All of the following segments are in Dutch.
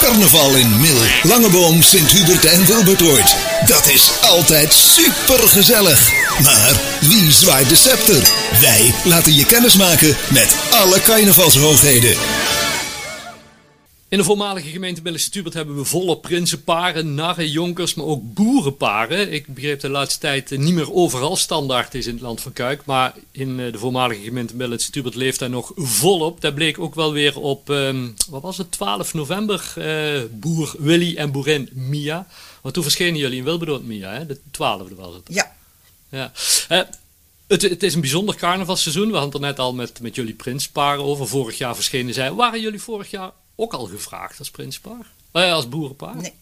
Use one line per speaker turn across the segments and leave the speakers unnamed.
Carnaval in Mil, Langeboom, Sint-Hubert en Wilbertoort. Dat is altijd super gezellig. Maar wie zwaait de scepter? Wij laten je kennis maken met alle carnavalshoogheden.
In de voormalige gemeente Millen-Stubert hebben we volle prinsenparen, narren, jonkers, maar ook boerenparen. Ik begreep de laatste tijd eh, niet meer overal standaard is in het land van Kuik, maar in eh, de voormalige gemeente Millen-Stubert leeft daar nog volop. Daar bleek ook wel weer op, ehm, wat was het, 12 november, eh, boer Willy en boerin Mia. Want toen verschenen jullie in Wilberdoord Mia, hè? de 12e was het.
Ja,
Ja. Eh, het, het is een bijzonder carnavalseizoen. We hadden het er net al met, met jullie prinsparen over. Vorig jaar verschenen zij. Waren jullie vorig jaar ook al gevraagd als prinspaar? Eh, als boerenpaar?
nee,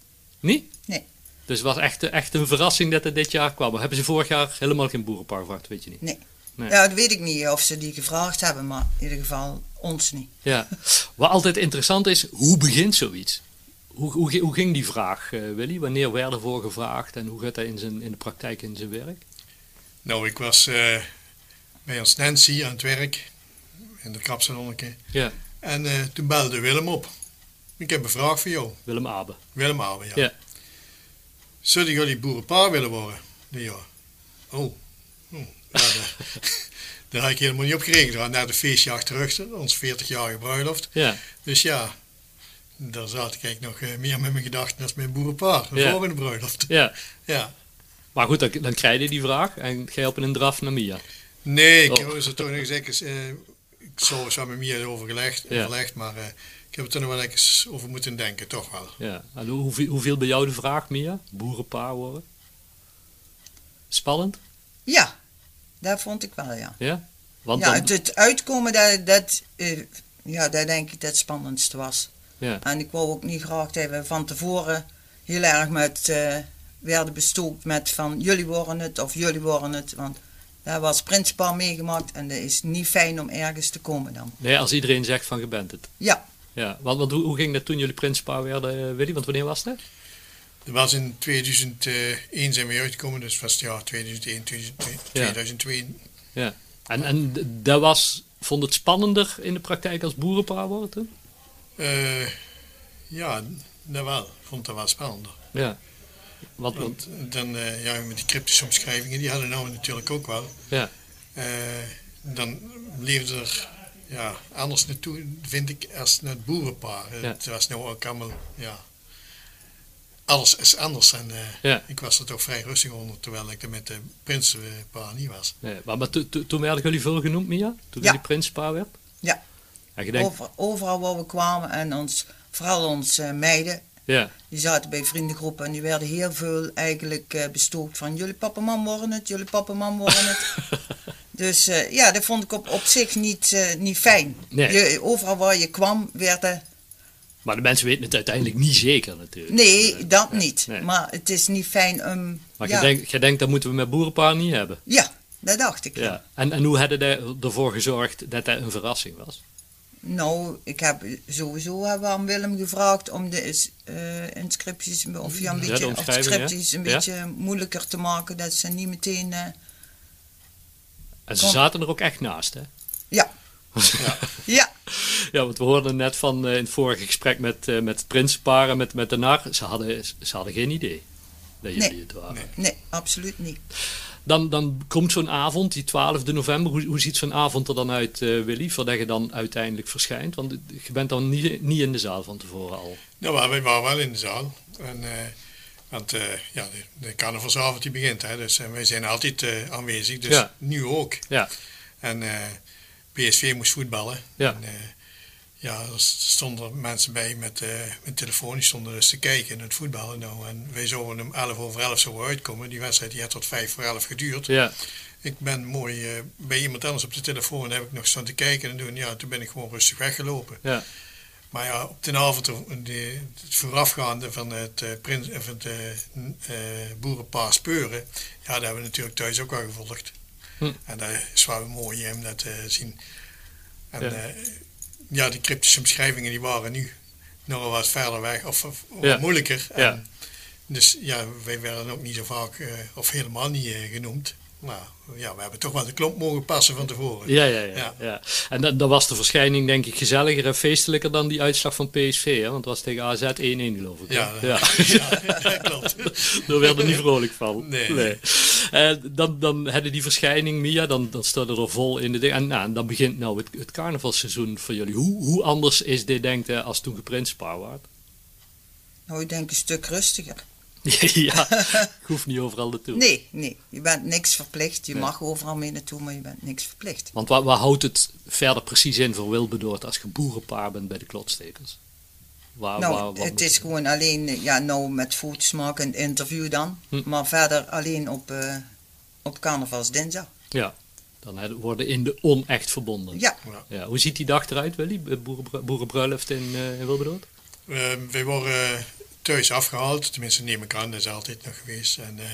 Niet?
nee,
Dus het was echt, echt een verrassing dat het dit jaar kwam. Maar Hebben ze vorig jaar helemaal geen boerenpaar gehad, weet je niet?
nee.
Nee.
Ja, dat weet ik niet of ze die gevraagd hebben, maar in ieder geval ons niet.
Ja. Wat altijd interessant is, hoe begint zoiets? Hoe, hoe, ge- hoe ging die vraag, eh, Willy? Wanneer werd ervoor gevraagd en hoe gaat dat in, zijn, in de praktijk in zijn werk?
Nou, ik was eh, bij ons Nancy aan het werk in de kapsalonneke.
Ja.
En eh, toen belde Willem op. Ik heb een vraag voor jou.
Willem Abe.
Willem Abe, ja.
Ja.
Zullen jullie boerenpaar willen worden? Nee, ja. Oh. Hm, ja, daar- daar had ik helemaal niet op gerekend. We hadden net een feestje achter ons 40-jarige bruiloft.
Ja.
Dus ja, daar zat ik eigenlijk nog eh, meer met mijn gedachten als mijn boerenpaar. De
Ja.
volgende bruiloft.
ja.
Ja.
Maar goed, dan, dan krijg je die vraag en ga je op een draf naar Mia.
Nee, ik
Oh.
heb er toch nog eens, eens, eh, ik zal eens aan mijn Mia over gelegd,
Ja.
overlegd, maar eh, ik heb er toch nog wel eens over moeten denken, toch wel.
Ja, en hoe- hoeveel, hoeveel bij jou de vraag, Mia? Boerenpaar worden? Spannend,
Ja, dat vond ik wel, ja.
ja? Want
ja,
dan,
het, het uitkomen, dat, dat, eh, ja, dat denk ik dat het spannendste was.
Ja.
En ik wou ook niet graag dat we van tevoren heel erg met, eh, werden bestookt met van jullie worden het of jullie worden het. Want daar was Prinspaar meegemaakt en dat is niet fijn om ergens te komen dan.
nee, als iedereen zegt van je bent het.
Ja,
Ja, want, want hoe, hoe ging dat toen jullie prinspaar werden, eh, Willy? Want wanneer was dat?
Er was in 2001 zijn we uitgekomen, dus was het jaar 2001, 2002.
Ja.
2002.
Ja. En, en d- dat was, vond het spannender in de praktijk als boerenpaar worden toen?
Eh, ja, dat wel. Ik vond dat wel spannender.
Ja. Want, want,
Want dan, eh, ja, met die cryptische omschrijvingen, die hadden we natuurlijk ook wel.
Ja.
Eh, dan leefde er ja, anders naartoe, vind ik, als naar het boerenpaar.
Ja.
Het was nou ook allemaal, ja, alles is anders. En eh,
Ja.
ik was er toch vrij rustig onder, terwijl ik er met de prinsenpaar niet was.
nee, maar maar to- to- toen werden jullie veel genoemd, Mia? Toen
Ja.
jullie prinspaar werd?
Ja.
En je denkt,
over- overal waar we kwamen en ons, vooral onze eh, meiden,
ja,
die zaten bij vriendengroepen en die werden heel veel eigenlijk eh, bestookt van jullie papa en mam worden het, jullie papa en mam worden het. Dus eh, ja, dat vond ik op, op zich niet, eh, niet fijn.
Nee.
Je, overal waar je kwam werd er...
maar de mensen weten het uiteindelijk niet zeker natuurlijk. Eh,
Nee, dat niet.
nee.
Maar het is niet fijn om...
Maar
ja,
je, denkt, je denkt, dat moeten we met boerenpaar niet hebben.
ja, dat dacht ik.
Ja, en, en hoe hadden er ervoor gezorgd dat dat een verrassing was?
Nou, ik heb sowieso hebben we aan Willem gevraagd om de is- eh, inscripties of ja, een
Ja, de
beetje, of de
omschrijving, hè?
scripties een
Ja.
beetje moeilijker te maken, dat ze niet meteen. eh,
En ze
Kom.
zaten er ook echt naast, hè?
ja. ja,
Ja, want we hoorden net van eh, in het vorige gesprek met, eh, met het prinsenpaar en met, met de nar, ze hadden, ze hadden geen idee dat jullie
Nee.
het waren.
nee, absoluut niet.
Dan, dan komt zo'n avond, die 12 november, hoe, hoe ziet zo'n avond er dan uit, eh, Willy, voordat je dan uiteindelijk verschijnt? Want je bent dan niet, niet in de zaal van tevoren al.
Nou, maar wij waren wel in de zaal. En, eh, want eh, ja, de, de carnavalsavond die begint, hè, dus eh, wij zijn altijd eh, aanwezig, dus
Ja.
nu ook.
Ja.
En eh, PSV moest voetballen.
Ja.
En, eh, ja, er stonden mensen bij met, eh met telefoon, die stonden dus te kijken in het voetballen. Nou, en wij zouden om 11 over 11 zouden we uitkomen. Die wedstrijd die had tot 5 voor 11 geduurd.
Ja,
Ik ben mooi eh, bij iemand anders op de telefoon, heb ik nog staan te kijken en doen. Ja, toen ben ik gewoon rustig weggelopen.
Ja.
Maar ja, op de avond, er- de, het voorafgaande van het, eh, prins, eh, van het eh, eh, boerenpaar Speuren, ja, dat hebben we natuurlijk thuis ook wel gevolgd.
Hm.
En dat is wel mooi om dat te zien. En
Ja.
ja. ja, die cryptische omschrijvingen die waren nu nogal wat verder weg, of, of of
Ja.
moeilijker.
Ja.
En dus ja, wij werden ook niet zo vaak, eh, of helemaal niet eh, genoemd. Nou, ja, we hebben toch wel de klomp mogen passen van tevoren.
Ja, ja, ja. ja.
Ja.
En dan, dan was de verschijning denk ik gezelliger en feestelijker dan die uitslag van PSV. Hè? Want het was tegen AZ 1-1 geloof ik. hè?
Ja, ja, dat klopt.
Daar werden we niet vrolijk van.
Nee.
Eh, dan, dan hadden die verschijning, Mia, dan, dan staat er vol in de ding. En, nou, en dan begint nou het, het carnavalseizoen voor jullie. Hoe, hoe anders is dit, denkt hè, als toen geprins waard?
Nou, ik denk een stuk rustiger.
ja, ik hoef niet overal naartoe.
Nee, nee. Je bent niks verplicht. Je
Nee.
mag overal mee naartoe, maar je bent niks verplicht.
Want waar, waar houdt het verder precies in voor Wilbedoord als je boerenpaar bent bij de klotstekers? Waar, waar-
nou,
wat
het
moet-
is gewoon alleen, eh, ja, nou met foto's maken en interview dan.
Hm.
Maar verder alleen op, eh op carnavalsdinsdag.
Hm. Dan hè, worden in de onecht verbonden.
Ja,
Ja, hoe ziet die dag eruit, Willy? Bij boerenbru- Boerenbruiloft in, eh in Wilbedoord?
Eh, wij worden thuis afgehaald, tenminste neem ik aan, dat is altijd nog geweest. En, eh,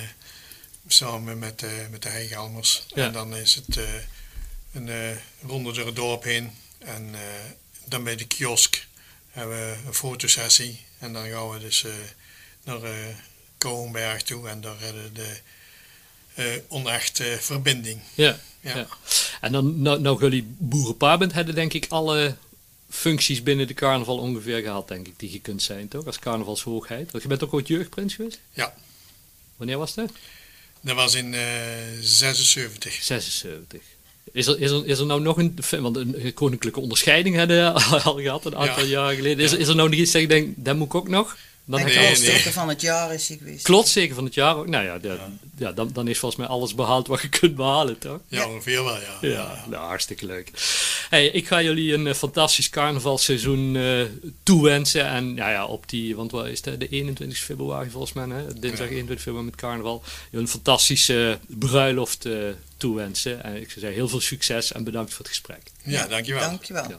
samen met, eh, met de heigalmers.
Ja.
En dan is het eh, een eh, ronde door het dorp heen. En eh, dan bij de kiosk hebben we een fotosessie. En dan gaan we dus eh, naar eh Kouwenberg toe. En daar hebben we de eh onechte verbinding.
Ja,
Ja.
ja. En dan, nou, nou jullie boerenpaar bent, hebben denk ik alle functies binnen de carnaval ongeveer gehad, denk ik, die je kunt zijn, toch? Als carnavalshoogheid. Want je bent ook ooit jeugdprins geweest?
Ja.
Wanneer was dat?
Dat was in eh 76.
76. Is er, is, er, is er nou nog een, want een koninklijke onderscheiding hadden we al gehad een aantal
Ja.
jaren geleden. Is, er- is er nou nog iets dat je denkt, dat moet ik ook nog? Dan
en
heb
Nee,
je
nee,
al-
nee.
van het jaar is hij geweest.
Klopt, zeker van het jaar ook. Nou ja, de- ja dan, dan is volgens mij alles behaald wat je kunt behalen, toch?
Ja,
Ja.
ongeveer wel, ja.
Ja, nou, hartstikke leuk. Hey, ik ga jullie een eh, fantastisch carnavalseizoen eh, toewensen. En nou ja, op die, want wat is dat? De 21 februari volgens mij, hè? dinsdag
Ja.
21 februari met carnaval. Jullie een fantastische eh, bruiloft eh, toewensen. En ik zou zeggen, heel veel succes en bedankt voor het gesprek.
Ja, dankjewel.
Dankjewel.
Ja.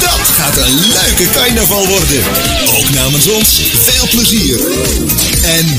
Dat gaat een leuke carnaval worden. Ook namens ons veel plezier. En